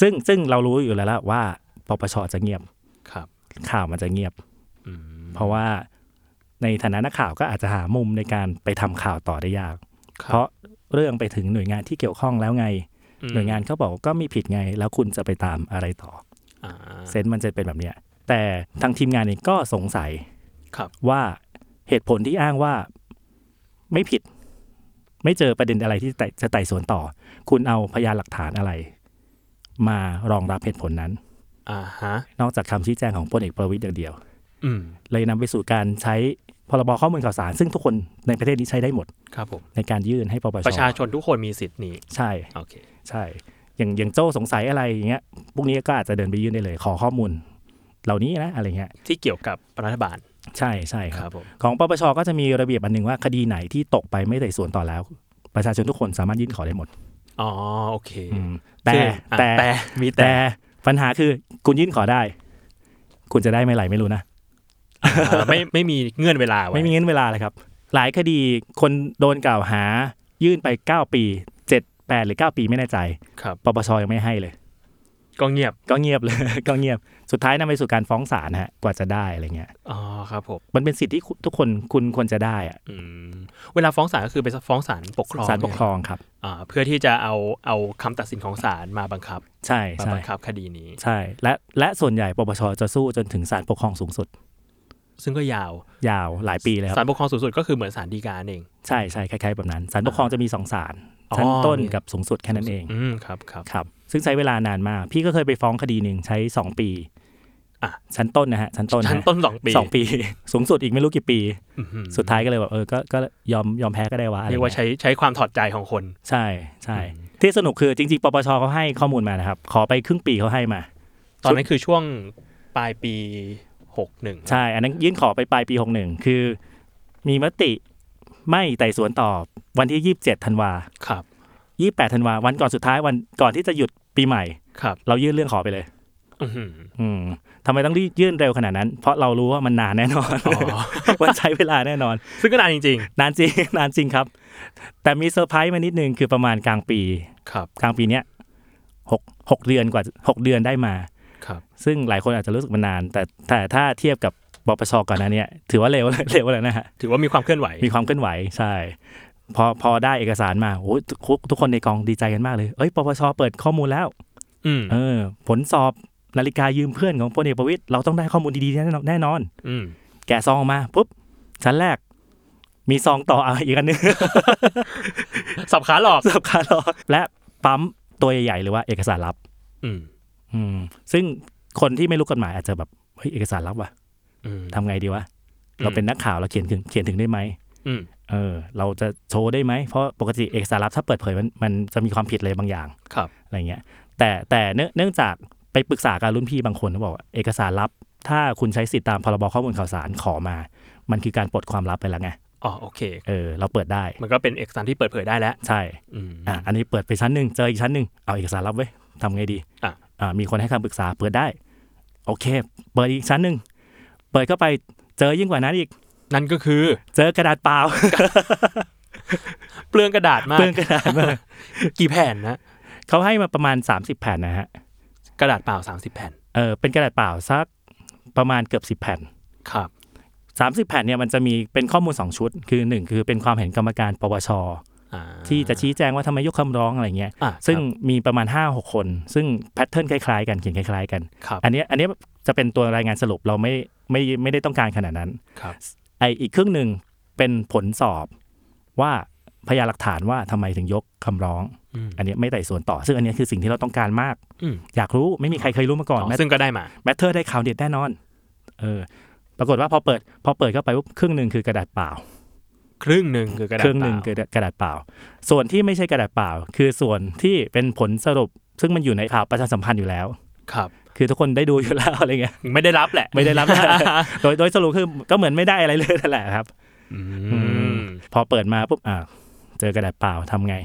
S4: ซึ่งซึ่งเรารู้อยู่แล้วล่ะว่าปปชจะเงียบ
S2: ครับ
S4: ข่าวมันจะเงียบ
S2: อืม
S4: เพราะว่าในฐานะนักข่าวก็อาจจะหามุมในการไปทำข่าวต่อได้ยาก
S2: ครับ
S4: เพราะเรื่องไปถึงหน่วยงานที่เกี่ยวข้องแล้วไง
S2: อืม
S4: หน่วยงานเขาบอกก็มีผิดไง แล้วคุณจะไปตามอะไรต่อ
S2: อ่า
S4: เซนส์มันจะเป็นแบบเนี้ย แต่ทางทีมงานเองก็สงสัย
S2: ครับ
S4: ว่าเหตุผลที่อ้างว่าไม่ผิด ไม่เจอประเด็นอะไรที่ไต่จะไต่สวนต่อ คุณเอาพยานหลักฐานอะไร มารองรับเหตุผลนั้น
S2: อ่าฮะ
S4: นอกจากคำชี้แจงของพลเอกประวิตยอย่างเดียว
S2: อืม
S4: เลยนำไปสู่การใช้พรบข้อมูลข่าวสาร ซึ่งทุกคนในประเทศนี้ใช้ได้หมด
S2: ครับผม
S4: ในการยื่นให้ปปช
S2: ประชาชนทุกคนมีสิทธิ์นี้
S4: ใช่
S2: โอเค
S4: ใช่ อย่างอย่างโจ้สงสัยอะไรอย่างเงี้ยพวกนี้ก็อาจจะเดินไปยื่นได้เลย ขอข้อมูล เหล่านี้นะอะไรเงี้ย
S2: ที่เกี่ยวกับรัฐบาล
S4: ใช่ใช่ค
S2: ค
S4: รั
S2: รับบ ผม
S4: ของปปชก็จะมีระเบียบอันหนึ่งว่าคดีไหนที่ตกไปไม่ไต่สวนต่อแล้ว ประชาชนทุกคนสามารถยื่นขอได้หมด
S2: อ๋อ โอเค
S4: อืมแต่
S2: ซึ่งอ่ะ
S4: แต่
S2: แต่ มีแต่ [LAUGHS]
S4: แต่ปัญหาคือคุณยื่นขอได้ คุณจะได้ไม่ไหลไม่รู้นะ
S2: อ่าไม่ ไม่มีเงื่อนเวลาว้
S4: ไม่มีเงื่อนเวลาเลยครับ หลายคดีคนโดนกล่าวหายื่นไป 9 ปี 7 8 หรือ 9 ปีไม่แน่ใจ
S2: ครับ
S4: ปปชยังไม่ให้เลย
S2: ก็เงียบ
S4: ก็เงียบ [LAUGHS] เลย ก็เงียบสุดท้ายนำไปสู่การฟ้องศาลนะฮะกว่าจะได้อะไรเงี้ย
S2: อ๋อ ครับผม
S4: มันเป็นสิทธิที่ทุกคนคุณควรจะได้อะ
S2: อืม เวลาฟ้องศาลก็คือไปฟ้องศาลปกครอง
S4: ศาลปกครองครับ
S2: อ่า เพื่อที่จะเอา เอาคำตัดสินของศาลมาบังคับ
S4: ใช่
S2: มา
S4: ใช่
S2: บังคับคดีนี้
S4: ใช่และและส่วนใหญ่ปปชจะสู้จนถึงศาลปกครองสูงสุด
S2: ซึ่งก็ยาวย
S4: าวหลายปีแล้ว
S2: ศาลปกครองสูงสุดก็คือเหมือนศาลฎีกาเอง
S4: ใช่ใช่คล้ายๆแบบนั้นศาลปกครองจะมีสองศาล
S2: อ๋อ
S4: ชั้นต้นกับสูงสุดแค่นั้นเอง
S2: อืมครับครับ
S4: ครับ ซึ่งใช้เวลานานมาก พี่ก็เคยไปฟ้องคดีหนึ่งใช้ 2 ปี
S2: อ่ะ
S4: ชั้นต้นนะฮะ ชั้นต้น
S2: ชั้นต้นสองปี
S4: สองปี สูงสุดอีกไม่รู้กี่ปี
S2: อื้อหือ
S4: สุดท้ายก็เลยแบบเออ ก็ก็ยอมยอมแพ้ก็ได้วะอะไร
S2: เรียกว่า
S4: เงี้ย
S2: ใช้ใช้ความถอดใจของคน
S4: ใช่ใช่ ที่สนุกคือจริงๆ ปปชเขาให้ข้อมูลมานะครับ ขอไปครึ่งปีเขาให้มา
S2: ตอนนั้นคือช่วงปลายปีหกหนึ่ง
S4: ใช่ อันนั้นยื่นขอไปปลายปี 61 คือ มีมติไม่ไต่สวนตอบวันที่ 27ธันวา
S2: ครับ
S4: 28ธันวาวันก่อนสุดท้ายวันก่อนที่จะหยุดปีใหม่
S2: ครับ
S4: เรายื่นเรื่องขอไปเลย
S2: อื้อหือ
S4: อืมทำไมต้องรีบยื่นเร็วขนาดนั้น เพราะเรารู้ว่ามันนานแน่นอน [LAUGHS]
S2: อ๋อ [LAUGHS]
S4: ว่าใช้เวลาแน่นอน
S2: ซึ่งก็นานจริง
S4: นานจริง [LAUGHS] นานจริงครับ แต่มีเซอร์ไพรส์มานิดนึงคือประมาณกลางปี
S2: ๆครับ
S4: กลางปีเนี้ยหกหกเดือนกว่าหกเดือนได้มา
S2: ครับ
S4: ซึ่งหลายคนอาจจะรู้สึกมันนาน แต่แต่ถ้าเทียบกับปปชก่อนหน้าเนี้ยถือว่าเร็ว [LAUGHS] เร็วแล้วนะฮะ
S2: ถือว่ามีความเคลื่อนไหว
S4: มีความเคลื่อนไหวใช่ พอพอได้เอกสารมาโอ้ยทุกทุกคนในกองดีใจกันมากเลย เอ้ยปปชเปิดข้อมูลแล้ว
S2: อืม
S4: เออ ผลสอบนาฬิกายืมเพื่อนของพลเอกประวิตยเราต้องได้ข้อมูลดีๆแน่นอนแน่นอน
S2: อืม
S4: แกะซองออกมาปุ๊บชั้นแรก มีซองต่ออ่ะอีกอันหนึง [LAUGHS]
S2: สับขาหลอก
S4: สับขาหลอกและปั๊มตัวใหญ่ๆหรือว่าเอกสารลับ
S2: อืม
S4: อืม ซึ่งคนที่ไม่รู้กฎหมายอาจจะแบบเฮ้ยเอกสารลับว่ะ
S2: อืม
S4: ทำไงดีวะ
S2: อืม
S4: เราเป็นนักข่าวเราเขียนถึงเขียนถึงได้ไหม
S2: อืม
S4: เออ เราจะโชว์ได้ไหมเพราะปกติเอกสารลับถ้าเปิดเผยมันมันจะมีความผิดอะไรบางอย่าง
S2: ครับ
S4: อะไรเงี้ย แต่แต่เนื่องเนื่องจากไปปรึกษากับรุ่นพี่บางคนเขาบอกว่าเอกสารลับ ถ้าคุณใช้สิทธิตามพรบข้อมูลข่าวสารขอมา มันคือการปลดความลับไปแล้วไง
S2: อ๋อโอเค
S4: เออเราเปิดได้
S2: มันก็เป็นเอกสารที่เปิดเผยได้แล้ว
S4: ใช่
S2: อืม
S4: อ่ะ อันนี้เปิดไปชั้นหนึ่งเจออีกชั้นหนึ่งเอาเอกสารรับไว้ยทำไงดี
S2: อ่ะ
S4: อ่ามีคนให้คำปรึกษาเปิดได้ โอเค เปิดอีกชั้นหนึ่งเปิดเข้าไปเจอยิ่งกว่านั้นอีก
S2: นั่นก็คือ
S4: เจอกระดาษเปล่า [LAUGHS]
S2: เปลืองกระดาษมาก
S4: เปลืองกระดาษมาก
S2: [LAUGHS] กี่แผ่นนะ
S4: เขาให้มาประมาณ 30 แผ่นนะฮะ
S2: กระดาษเปล่า 30 แผ่น
S4: เออเป็นกระดาษเปล่าสักประมาณเกือบ10 แผ่น
S2: ครับ
S4: 30 แผ่นเนี่ยมันจะมีเป็นข้อมูล 2 ชุด คือหนึ่งคือเป็นความเห็นกรรมการปปช
S2: อ่า
S4: ที่จะชี้แจงว่าทำไมยกคำร้องอะไรเงี้ย
S2: อ่ะ
S4: ซึ่งมีประมาณ 5-6 คน ซึ่งแพทเทิร์นคล้ายๆกันเขียนคล้ายๆกัน
S2: ครับ
S4: อันเนี้ยอันเนี้ยจะเป็นตัวรายงานสรุปเราไม่ไม่ไม่ได้ต้องการขนาดนั้น
S2: ครับ
S4: ไออีกครึ่งหนึ่งเป็นผลสอบว่าพยานหลักฐานว่าทำไมถึงยกคำร้อง
S2: อืม
S4: อันเนี้ยไม่ไต่สวนต่อ ซึ่งอันเนี้ยคือสิ่งที่เราต้องการมาก
S2: อืม
S4: อยากรู้ไม่มีใครเคยรู้มาก่อน
S2: อ๋อ
S4: แมท
S2: ซึ่งก็ได้มา
S4: แมทเธอร์ได้ข่าวเด็ดแน่นอนเออปรากฏว่าพอเปิด พอเปิดเข้าไปปุ๊บครึ่งหนึ่งคือกระดาษเปล่า
S2: ครึ่งหนึ่งคือกระดาษ
S4: เครื่องหนึ่ง
S2: เป
S4: คื
S2: ล่า
S4: อกระดาษเปล่า ส่วนที่ไม่ใช่กระดาษเปล่า คือส่วนที่เป็นผลสรุป ซึ่งมันอยู่ในข่าวประชาสัมพันธ์อยู่แล้ว
S2: ครับ
S4: คือทุกคนได้ดูอยู่แล้ว [LAUGHS] อะไรเงี้ย
S2: ไม่ได้รับแหละ
S4: ไม่ได้รับ [LAUGHS] โดยโดยสรุปคือก็เหมือนไม่ได้อะไรเลยนั่นแหละครับ
S2: อืม
S4: พอเปิดมาปุ๊บอ่าเจอกระดาษเปล่าทำไง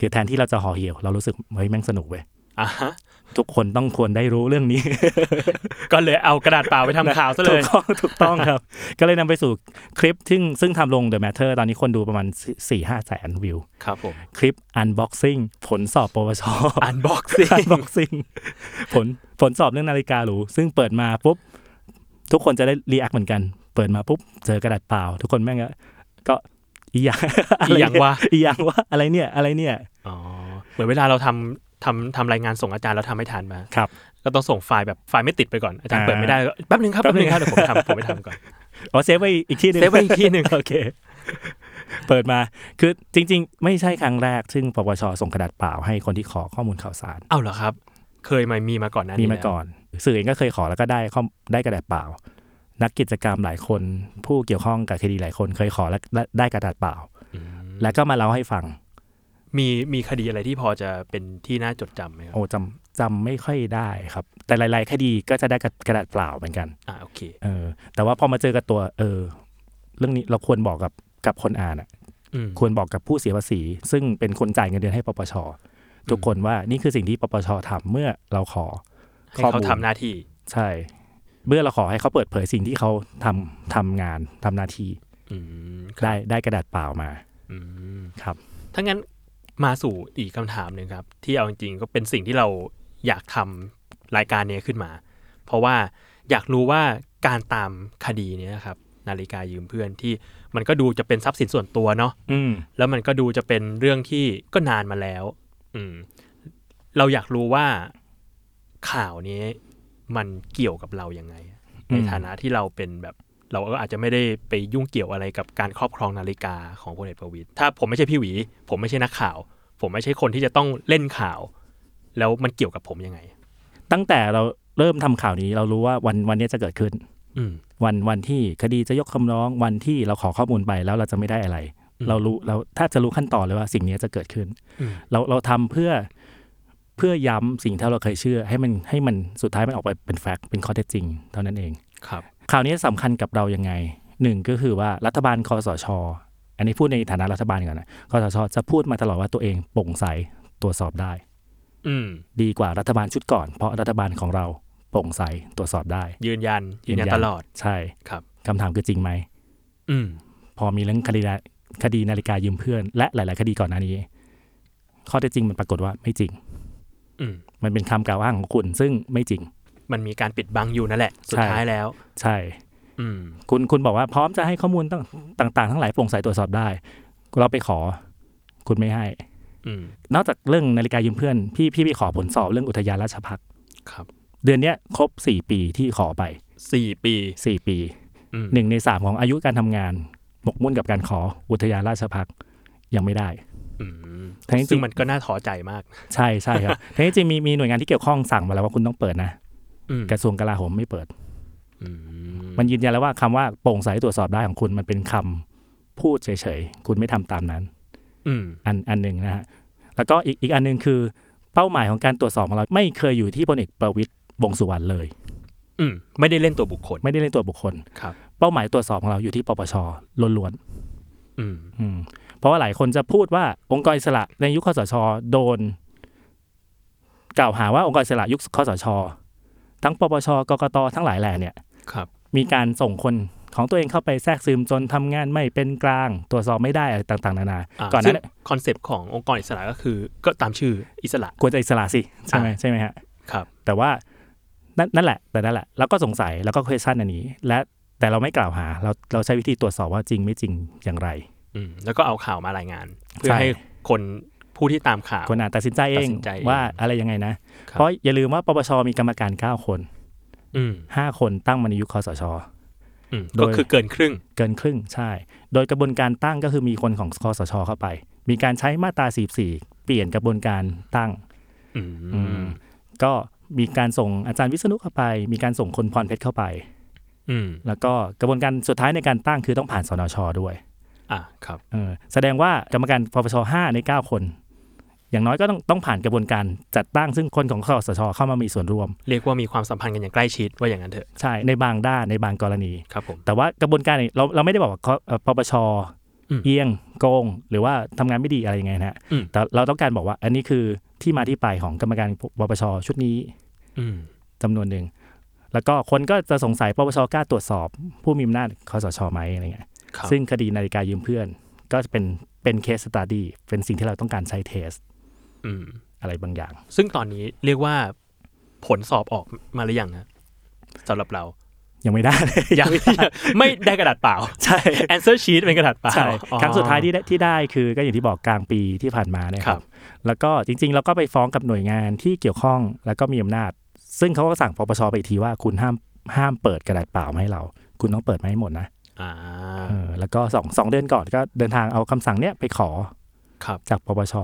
S4: คือแทนที่เราจะห่อเหี่ยว เรารู้สึกเฮ้ยแม่งสนุกเว้ย
S2: อ่ะฮะ
S4: ทุกคนต้องควรได้รู้เรื่องนี้
S2: ก็เลยเอากระดาษเปล่าไปทำข่าวซะเล
S4: ถู
S2: ย
S4: กต้อง [LAUGHS] ถูกต้องครับ ก็เลยนำไปสู่คลิปซึ่งซึ่งทำลง The Matter ตอนนี้คนดูประมาณ4ี่ห้าแสนวิว
S2: ครับผม
S4: คลิป unboxing ผลสอบปวช [LAUGHS]
S2: อันบ็อกซิ่
S4: unboxing ผลผลสอบเรื่องนาฬิกาหรูซึ่งเปิดมาปุ๊บ ทุกคนจะได้รีแอคเหมือนกัน เปิดมาปุ๊บ เจอกระดาษเปล่า ทุกคนแม่งก็ก็ [LAUGHS] อีหยัง
S2: อีหยังวะ
S4: อีหยัง [LAUGHS] วะอะไรเนี่ยอะไรเนี่ย
S2: อ๋อเหมือนเวลาเราทำทำทำรายงานส่งอาจารย์เราทำไม่ทันมา
S4: ครับ
S2: ก็ต้องส่งไฟล์แบบไฟล์ไม่ติดไปก่อนอาจารย์
S4: อ่า
S2: เปิดไม่ได้ก็แป๊บหนึงครับ
S4: แป๊
S2: แป๊
S4: บบ ห
S2: ห
S4: นึ่
S2: นึง
S4: ง
S2: ครับเดี๋ยวผมทำผมไปทำก่อน
S4: อ๋อเซฟไว้อีกที่หนึ่ง
S2: เซฟไว้อีกที่หนึ่ง
S4: โอเค เปิดมาคือจริง ๆ ไม่ใช่ครั้งแรก ซึ่งปปชส่งกระดาษเปล่าให้คนที่ขอข้อมูลข่าวสาร
S2: เอ้าเหรอครับ เคยมามีมาก่อนหนั้าน
S4: มี
S2: แล้ว
S4: มาก่อน สื่อเองก็เคยขอแล้วก็ได้ข้อมได้กระดาษเปล่า นักกิจกรรมหลายคน ผู้เกี่ยวข้องกับคดีหลายคนเคยขอและและได้กระดาษเปล่า แล้วก็มาเล่าให้ฟัง
S2: มีมีคดีอะไรที่พอจะเป็นที่น่าจดจำไหมครับ
S4: โอ้จำจำไม่ค่อยได้ครับ แต่หลาย ๆ คดีก็จะได้กระกระดาษเปล่าเหมือนกัน
S2: อ่าโอเค
S4: เออแต่ว่าพอมาเจอกับตัว เออ เรื่องนี้เราควรบอกกับกับคนอ่านอะ
S2: อืม
S4: ควรบอกกับผู้เสียภาษี ซึ่งเป็นคนจ่ายเงินเดือนให้ปปชทุกคนว่านี่คือสิ่งที่ปปชทำเมื่อเราขอ
S2: ให้
S4: ข้อ
S2: เขา
S4: มูล
S2: ทำหน้าที่
S4: ใช่ เมื่อเราขอให้เขาเปิดเผยสิ่งที่เขาทำทำงานทำหน้าที่
S2: อืมครับ
S4: ได้ได้กระดาษเปล่ามา
S2: อืม
S4: ครับ
S2: ถ้างั้นมาสู่อีกคำถามหนึ่งครับ ที่เอาจริงๆก็เป็นสิ่งที่เราอยากทำรายการเนี้ยขึ้นมา เพราะว่าอยากรู้ว่าการตามคดีเนี้ยครับ นาฬิกายืมเพื่อนที่มันก็ดูจะเป็นทรัพย์สินส่วนตัวเนาะ
S4: อืม
S2: แล้วมันก็ดูจะเป็นเรื่องที่ก็นานมาแล้ว อืม เราอยากรู้ว่าข่าวนี้มันเกี่ยวกับเรายังไง ในฐานะที่เราเป็นแบบ เราก็อาจจะไม่ได้ไปยุ่งเกี่ยวอะไรกับการครอบครองนาฬิกาของพลเอกประวิตยถ้าผมไม่ใช่พี่หวี ผมไม่ใช่นักข่าว ผมไม่ใช่คนที่จะต้องเล่นข่าว แล้วมันเกี่ยวกับผมยังไง
S4: ตั้งแต่เราเริ่มทำข่าวนี้เรารู้ว่าวันวันนี้จะเกิดขึ้น
S2: อืม
S4: วันวันที่คดีจะยกคำร้องวันที่เราขอข้อมูลไปแล้วเราจะไม่ได้อะไร เรารู้เราแทบจะรู้ขั้นตอนเลยว่าสิ่งนี้จะเกิดขึ้น
S2: อืม
S4: เราเราทำเพื่อเพื่อย้ำสิ่งที่เราเคยเชื่อ ให้มันให้มันสุดท้ายมันออกไปเป็นแฟกต์เป็นข้อเท็จจริงเท่านั้นเอง
S2: ครับ
S4: ข่าวนี้สำคัญกับเรายังไงหนึ่งก็คือว่ารัฐบาลคอสช อันนี้พูดในฐานะรัฐบาลก่อนนะคอสช จะพูดมาตลอดว่าตัวเองโปร่งใสตรวจสอบได้
S2: อืม
S4: ดีกว่ารัฐบาลชุดก่อน เพราะรัฐบาลของเราโปร่งใสตรวจสอบได้
S2: ยืนยัน ยืนยันตลอด
S4: ใช่
S2: ครับ
S4: คำถามคือจริงไหม
S2: อืม
S4: พอมีเรื่องคดีนาคดีนาฬิกายืมเพื่อน และหลาย ๆ คดีก่อนหน้านี้ ข้อเท็จจริงมันปรากฏว่าไม่จริง
S2: อืม
S4: มันเป็นคำกล่าวอ้างของคุณ ซึ่งไม่จริง
S2: มันมีการปิดบังอยู่นั่นแหละ สุด
S4: ใช่
S2: ท้ายแล้ว
S4: ใช่
S2: อืม
S4: คุณคุณบอกว่าพร้อมจะให้ข้อมูลต่างต่าง ๆ ทั้งหลายโปร่งใสตรวจสอบได้ เราไปขอ คุณไม่ให้
S2: อืม
S4: นอกจากเรื่องนาฬิกายืมเพื่อน พี่พี่ไปขอผลสอบเรื่องอุทยานราชพักษ์
S2: ครับ
S4: เดือนเนี้ยครบ 4 ปีที่ขอไป
S2: สี่ปี
S4: 4 ปี
S2: อืม
S4: หนึ่งในสามของอายุการทำงานหมกมุ่นกับการขออุทยานราชพักษ์ยังไม่ได้
S2: อืม
S4: ทั้งจริง
S2: ซึ่งมันก็น่าท้อใจมาก
S4: ใช่ใช่ครับ [LAUGHS] ทีนี้จริงๆมีมีหน่วยงานที่เกี่ยวข้องสั่งมาแล้วว่าคุณต้องเปิดนะ
S2: อืม
S4: กระทรวงกลาโหมไม่เปิด
S2: อืม
S4: มันยืนยันแล้วว่าคำว่าโปร่งใสตรวจสอบได้ของคุณมันเป็นคำพูดเฉยๆ คุณไม่ทำตามนั้น
S2: อืม
S4: อันอันหนึ่งนะฮะ แล้วก็อีกอีกอันหนึ่งคือเป้าหมายของการตรวจสอบของเราไม่เคยอยู่ที่พลเอกประวิตยวงษ์สุวรรณเลย
S2: อืม ไม่ได้เล่นตัวบุคคล
S4: ไม่ได้เล่นตัวบุคคล
S2: ครับ
S4: เป้าหมายตรวจสอบของเราอยู่ที่ปปชล้วน
S2: อืม
S4: ๆอืมเพราะว่าหลายคนจะพูดว่าองค์กรอิสระในยุคคอสชโดน กล่าวหาว่าองค์กรอิสระยุคคอสช ทั้งปปชกกตทั้งหลายแหล่เนี่ย
S2: ครับ
S4: มีการส่งคนของตัวเองเข้าไปแทรกซึมจนทำงานไม่เป็นกลาง ตรวจสอบไม่ได้อะไรต่างๆ นานาก่
S2: ก่อ
S4: อ
S2: น
S4: นห
S2: นั้
S4: นั้น น
S2: คอนเซปต์ขององค์กรอิสระก็คือ ก็ตามชื่ออิสระ
S4: ควรจะอิสระสิ ใช่ไหมใช่ไหมฮะ
S2: ครับ
S4: แต่ว่านั่นนั่นแหละแต่นั่นแหละเราก็สงสัยแล้วก็ question อันนี้ และแต่เราไม่กล่าวหา เราเราใช้วิธีตรวจสอบว่าจริงไม่จริงอย่างไร
S2: อืม แล้วก็เอาข่าวมารายงาน เพื่อ
S4: ใช่
S2: ให้คนผู้ที่ตามข่าว
S4: คนอ่านตัดสินใจเอ
S2: ตัด
S4: ง
S2: สินใจเอง
S4: ว่าอะไรยังไงนะ
S2: ครับ
S4: เพราะอย่าลืมว่าปปชมีกรรมการ 9 คน
S2: อืม
S4: 5 คนตั้งมาในยุคคอสช
S2: อืม
S4: โด
S2: ก็
S4: ย
S2: คือเกินครึ่ง
S4: เกินครึ่งใช่ โดยกระบวนการตั้งก็คือมีคนของคอสช เข้าไป มีการใช้มาตรา44 เปลี่ยนกระบวนการตั้ง
S2: อื
S4: อื
S2: ม
S4: มก็มีการส่งอาจารย์วิษณุเข้าไป มีการส่งคนพรเพชรเข้าไป
S2: อืม
S4: แล้วก็กระบวนการสุดท้ายในการตั้งคือต้องผ่านสนช ด้วย
S2: อ่ะ ครับ
S4: เออแสดงว่ากรรมการปปช5ใน 9 คน อย่างน้อยก็ต้องต้องผ่านกระบวนการจัดตั้งซึ่งคนของคอสช เข้ามามีส่วนร่วม
S2: เรียกว่ามีความสัมพันธ์กันอย่างใกล้ชิดว่าอย่างนั้นเถอะ
S4: ใช่ในบางด้านในบางกรณี
S2: ครับผม
S4: แต่ว่ากระบวนการเนี่ยเราเราไม่ได้บอกว่าคเอ่อปปช
S2: อืม
S4: เอียงโกง หรือว่าทำงานไม่ดีอะไรยังไงนะฮะ
S2: อืม
S4: แต่เราต้องการบอกว่าอันนี้คือที่มาที่ไปของกรรมการปปชชุดนี้
S2: อืม
S4: จำนวนหนึ่ง แล้วก็คนก็จะสงสัยปปชกล้าตรวจสอบ ผู้มีอำนาจคอสชไหมอะไรเงี้ย
S2: ครับ
S4: ซึ่งคดีนาฬิกายืมเพื่อน ก็จะเป็นเป็นเคสสตาดี้เป็นสิ่งที่เราต้องการใช้เทส
S2: อืม
S4: อะไรบางอย่าง
S2: ซึ่งตอนนี้เรียกว่าผลสอบออกมาหรือยังฮะสำหรับเรา
S4: ยังไม่ได้
S2: [LAUGHS] ยังไม่ได้กระดาษเปล่า
S4: ใช่
S2: แอนเซอร์ชีตเป็นกระดาษเปล่า
S4: ใช่
S2: อ๋อ
S4: ครั้งสุดท้ายที่ได้ที่ได้คือก็อย่างที่บอกกลางปีที่ผ่านมาเนี่ยค
S2: ครั
S4: รับ บ แล้วก็จริง ๆ เราก็ไปฟ้องกับหน่วยงานที่เกี่ยวข้องแล้วก็มีอำนาจ ซึ่งเขาก็สั่งปปชไปอีกทีว่าคุณห้ามห้ามเปิดกระดาษเปล่ามาให้เรา คุณต้องเปิดมาให้หมดนะ
S2: อ่า
S4: เออแล้วก็สองสองเดือนก่อนก็เดินทางเอาคำสั่งเนี้ยไปขอ
S2: ครับ
S4: จากปปช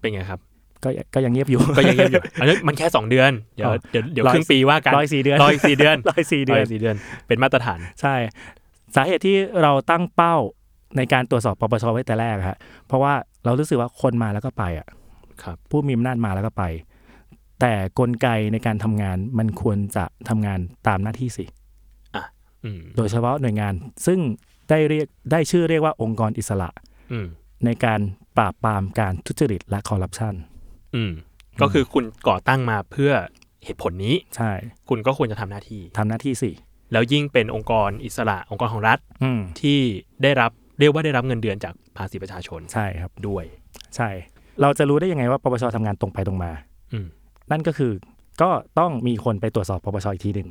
S2: เป็นไงครับ
S4: ก็ก็ยังเงียบอยู่
S2: ก็ยังเงียบอยู่ อันนี้มันแค่ 2 เดือน เดี๋ยว
S4: อ๋อ
S2: เดี๋ยวเดี๋ยว
S4: ร้อ
S2: ค
S4: ย
S2: รึ่งปีว่ากัน
S4: ร้อยสี่เดือน
S2: ร้อยสี่เดือน
S4: ร้อยสี่เดือน
S2: ร้อยสี่เดือน เป็นมาตรฐาน
S4: ใช่ สาเหตุที่เราตั้งเป้าในการตรวจสอบปปชไว้แต่แรกฮะเพราะว่าเรารู้สึกว่าคนมาแล้วก็ไปอ่ะ
S2: ครับ
S4: ผู้มีอำนาจมาแล้วก็ไป แต่กลไกในการทำงานมันควรจะทำงานตามหน้าที่สิ
S2: อืม
S4: โดยเฉพาะหน่วยงานซึ่งได้เรียกได้ชื่อเรียกว่าองค์กรอิสระ
S2: อืม
S4: ในการปราบปรามการทุจริตและคอร์รัปชัน
S2: อืม ก็คือคุณก่อตั้งมาเพื่อเหตุผลนี้
S4: ใช่
S2: คุณก็ควรจะทำหน้าที่
S4: ทำหน้าที่สิ
S2: แล้วยิ่งเป็นองค์กรอิสระองค์กรของรัฐ
S4: อืม
S2: ที่ได้รับเรียกว่าได้รับเงินเดือนจากภาษีประชาชน
S4: ใช่ครับ
S2: ด้วย
S4: ใช่ เราจะรู้ได้ยังไงว่าปปชทำงานตรงไปตรงมา
S2: อืม
S4: นั่นก็คือก็ต้องมีคนไปตรวจสอบปปชอีกทีหนึ่ง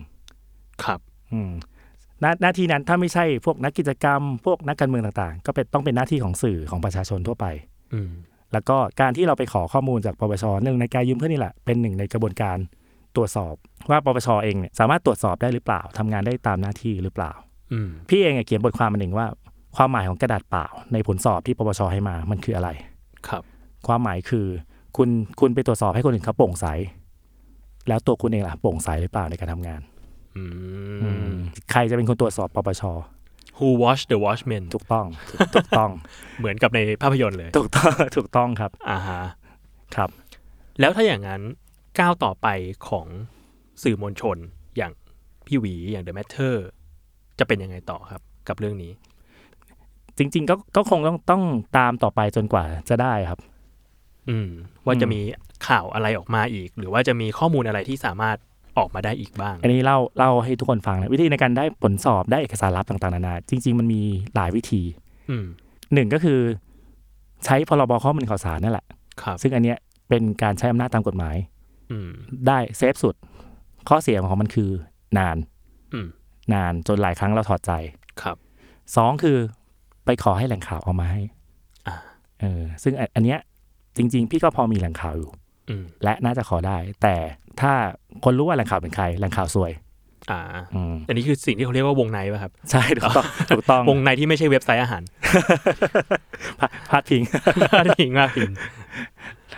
S2: ครับ
S4: อืมหน้าหน้าที่นั้นถ้าไม่ใช่พวกนักกิจกรรม พวกนักการเมืองต่างๆ ก็เป็นต้องเป็นหน้าที่ของสื่อของประชาชนทั่วไป
S2: อืม
S4: แล้วก็การที่เราไปขอข้อมูลจากปปชเรื่องในการยืมเพื่อนนี่แหละเป็นหนึ่งในกระบวนการตรวจสอบว่าปปชเองเนี่ยสามารถตรวจสอบได้หรือเปล่าทำงานได้ตามหน้าที่หรือเปล่า
S2: อืม
S4: พี่เองอะเขียนบทความมาหนึ่งว่า ความหมายของกระดาษเปล่า ในผลสอบที่ปปชให้มามันคืออะไร
S2: ครับ
S4: ความหมายคือ คุณคุณไปตรวจสอบให้คนอื่นเขาโปร่งใส แล้วตัวคุณเองล่ะโปร่งใสหรือเปล่าในการทำงาน
S2: อื
S4: อื
S2: ม
S4: มใครจะเป็นคนตรวจสอบปปช
S2: Who Watch the Watchmen
S4: ถูกต้องถูก [LAUGHS] ต้อง
S2: เหมือนกับในภาพยนตร์เลย
S4: ถูกต้องถูกต้องครับ
S2: อ่าฮะ
S4: ครับ
S2: แล้วถ้าอย่างนั้นก้าวต่อไปของสื่อมวลชนอย่างพี่หวีอย่าง The Matter จะเป็นยังไงต่อครับ กับเรื่องนี้
S4: จริง ๆ ก็ก็คงต้องต้องตามต่อไปจนกว่าจะได้ครับ
S2: อืม ว่า
S4: อืม
S2: จะมีข่าวอะไรออกมาอีก หรือว่าจะมีข้อมูลอะไรที่สามารถออกมาได้อีกบ้าง
S4: อันนี้เล่าเล่าให้ทุกคนฟังนะวิธีในการได้ผลสอบได้เอกสารลับต่างๆนานาจริง ๆ มันมีหลายวิธี
S2: อืม
S4: หนึ่งก็คือ ใช้พรบข้อมูลข่าวสารนั่นแหละ
S2: ครับ
S4: ซึ่งอันเนี้ยเป็นการใช้อำนาจตามกฎหมาย
S2: อืม
S4: ได้เซฟสุด ข้อเสียของมันคือนาน
S2: อืม
S4: นานจนหลายครั้งเราถอดใจ
S2: ครับ
S4: สองคือไปขอให้แหล่งข่าวเอามาให้
S2: อ่า
S4: เออซึ่งอันอันเนี้ยจริง ๆ พี่ก็พอมีแหล่งข่าวอยู่
S2: อืม
S4: และน่าจะขอได้ แต่ถ้าคนรู้ว่าแหล่งข่าวเป็นใครแหล่งข่าวซวย
S2: อ่า
S4: อืม
S2: อันนี้คือสิ่งที่เขาเรียกว่าวงในป่ะครับ
S4: ใช่ถูกต้องถูกต้อง
S2: วงในที่ไม่ใช่เว็บไซต์ [LAUGHS] อาหาร
S4: พาพาดพิง
S2: จริงมากจริง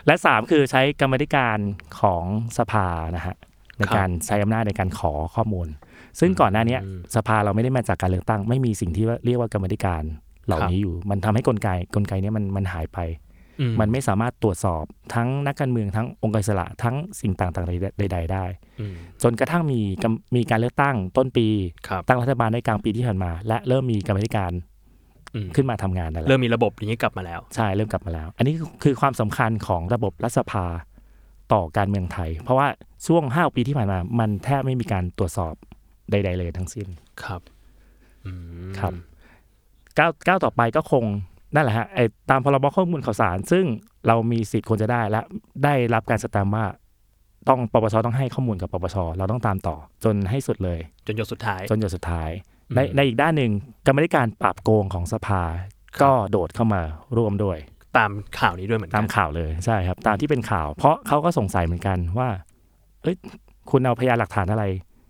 S4: และสามคือใช้กรรมาธิการของสภานะฮะใน
S2: ครับ
S4: การใช้อำนาจในการขอข้อมูล ซึ่งก่อนหน้าเนี้ย
S2: อืม
S4: สภาเราไม่ได้มาจากการเลือกตั้ง ไม่มีสิ่งที่ว่าเรียกว่ากรรมาธิการเหล่า
S2: ครับ
S4: นี้อยู่ มันทำให้กลไกกลไกเนี้ยมันมันหายไป
S2: อื
S4: มันไม่สามารถตรวจสอบทั้งนักการเมืองทั้งองค์กรอิสระทั้งสิ่งต่างๆใดๆได้
S2: อืม
S4: จนกระทั่งมีกำมีการเลือกตั้งต้นปี
S2: ครับ
S4: ตั้งรัฐบาลได้กลางปีที่ผ่านมา และเริ่มมีกรรมาธิการ
S2: อืม
S4: ขึ้นมาทำงานนั่นแหละ
S2: เริ่มมีระบบอย่างนี้กลับมาแล้ว
S4: ใช่เริ่มกลับมาแล้ว อันนี้คือคือความสำคัญของระบบรัฐสภาต่อการเมืองไทย เพราะว่าช่วง5ปีที่ผ่านมา มันแทบไม่มีการตรวจสอบใด ๆ เลยทั้งสิ้น
S2: ครับอืม
S4: ครับ ก้าวก้าวต่อไปก็คงนั่นแหละฮะไอ้ตามพรบข้อมูลข่าวสาร ซึ่งเรามีสิทธิ์ควรจะได้และได้รับการสแตมป์ว่าต้องปปชต้องให้ข้อมูลกับปปชเราต้องตามต่อ จนให้สุดเลย
S2: จนยศสุดท้าย
S4: จนหยดสุดท้าย
S2: อืม
S4: ในในอีกด้านหนึ่งกรรมาธิการปราบโกงของสภา
S2: ครับ
S4: ก็โดดเข้ามาร่วมด้วย
S2: ตามข่าวนี้ด้วยเหมือนกั
S4: ตามข่าวเลยใช่ครับ ตามที่เป็นข่าว เพราะเขาก็สงสัยเหมือนกันว่า เอ้ยคุณเอาพยานหลักฐานอะไร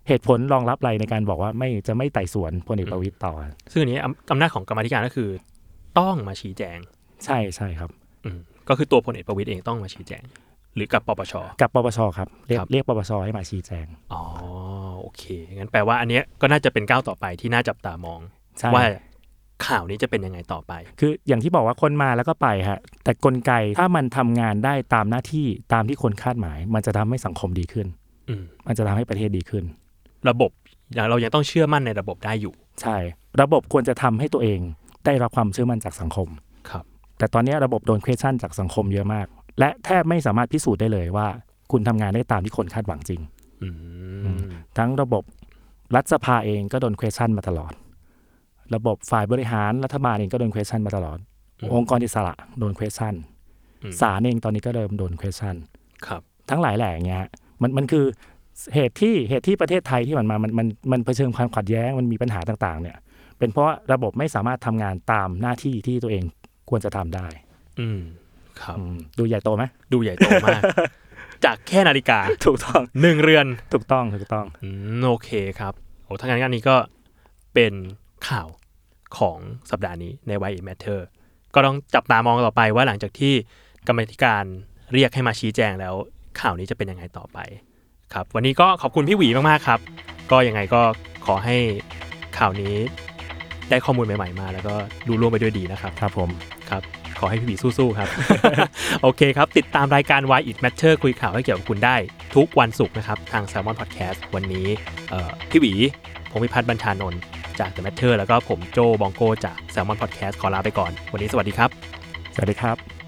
S4: เหตุผลรองรับอะไรในการบอกว่าไม่จะไม่ไต่สวนพลเอกประวิตยต่อ
S2: ซึ่งอันนี้อำอำนาจของกรรมาธิการก็คือ ต้องมาชี้แจง
S4: ใช่ใช่ครับ
S2: อืมก็คือตัวพลเอกประวิตยเองต้องมาชี้แจง หรือกับปปช
S4: กับปปชครับเรียก
S2: ครับ
S4: เรียกปปชให้มาชี้แจง
S2: อ๋อโอเคงั้นแปลว่าอันเนี้ยก็น่าจะเป็นก้าวต่อไปที่น่าจับตามอง
S4: ใช่
S2: ว่าข่าวนี้จะเป็นยังไงต่อไป
S4: คืออย่างที่บอกว่าคนมาแล้วก็ไปฮะแต่กลไกถ้ามันทำงานได้ตามหน้าที่ตามที่คนคาดหมาย มันจะทำให้สังคมดีขึ้น
S2: อืม
S4: มันจะทำให้ประเทศดีขึ้น
S2: ระบบเรายังต้องเชื่อมั่นในระบบได้อยู่
S4: ใช่ ระบบควรจะทำให้ตัวเองได้รับความเชื่อมั่นจากสังคม
S2: ครับ
S4: แต่ตอนนี้ระบบโดน question จากสังคมเยอะมาก และแทบไม่สามารถพิสูจน์ได้เลยว่า คุณทำงานได้ตามที่คนคาดหวังจริง
S2: อืม
S4: ทั้งระบบรัฐสภาเองก็โดน question มาตลอด ระบบฝ่ายบริหารรัฐบาลเองก็โดน question มาตลอด องค์กรอิสระโดน question ศาลเองตอนนี้ก็เริ่มโดน question
S2: ครับ
S4: ทั้งหลายแหล่อย่างเงี้ยมันมันคือเหตุที่เหตุที่ประเทศไทยที่ผ่านมามันมันมันเผชิญความขัดแย้งมันมีปัญหาต่างๆ เนี่ย เป็นเพราะระบบไม่สามารถทำงานตามหน้าที่ที่ตัวเองควรจะทำได้
S2: อืมครับ
S4: อืมดูใหญ่โตไหม
S2: ดูใหญ่โตมาก [LAUGHS] จากแค่นาฬิกา
S4: ถูกต้อง
S2: หนึ่งเรือน
S4: ถูกต้องถูกต้อง
S2: อืมโอเคครับโอ้ทั้างนั้นอันนี้ก็เป็นข่าวของสัปดาห์นี้ใน Why It Matter ก็ต้องจับตามองต่อไปว่าหลังจากที่กรรมาธิการเรียกให้มาชี้แจงแล้ว ข่าวนี้จะเป็นยังไงต่อไปครับ วันนี้ก็ขอบคุณพี่หวีมากๆครับ ก็ยังไงก็ขอให้ข่าวนี้ได้ข้อมูลใหม่ๆมา แล้วก็ดูร่วมไปด้วยดีนะครับ
S4: ครับผม
S2: ครับ ขอให้พี่บีสู้ๆครับ [LAUGHS] โอเคครับ ติดตามรายการ Why It Matter คุยข่าวให้เกี่ยวกับคุณได้ ทุกวันศุกร์นะครับ ทาง Salmon Podcast วันนี้เอ่อพี่หวีผมพิพัฒน์บัญชานนท์จาก The Matter แล้วก็ผมโจบองโกจาก Salmon Podcast ขอลาไปก่อน วันนี้สวัสดีครับ
S4: สวัสดีครับ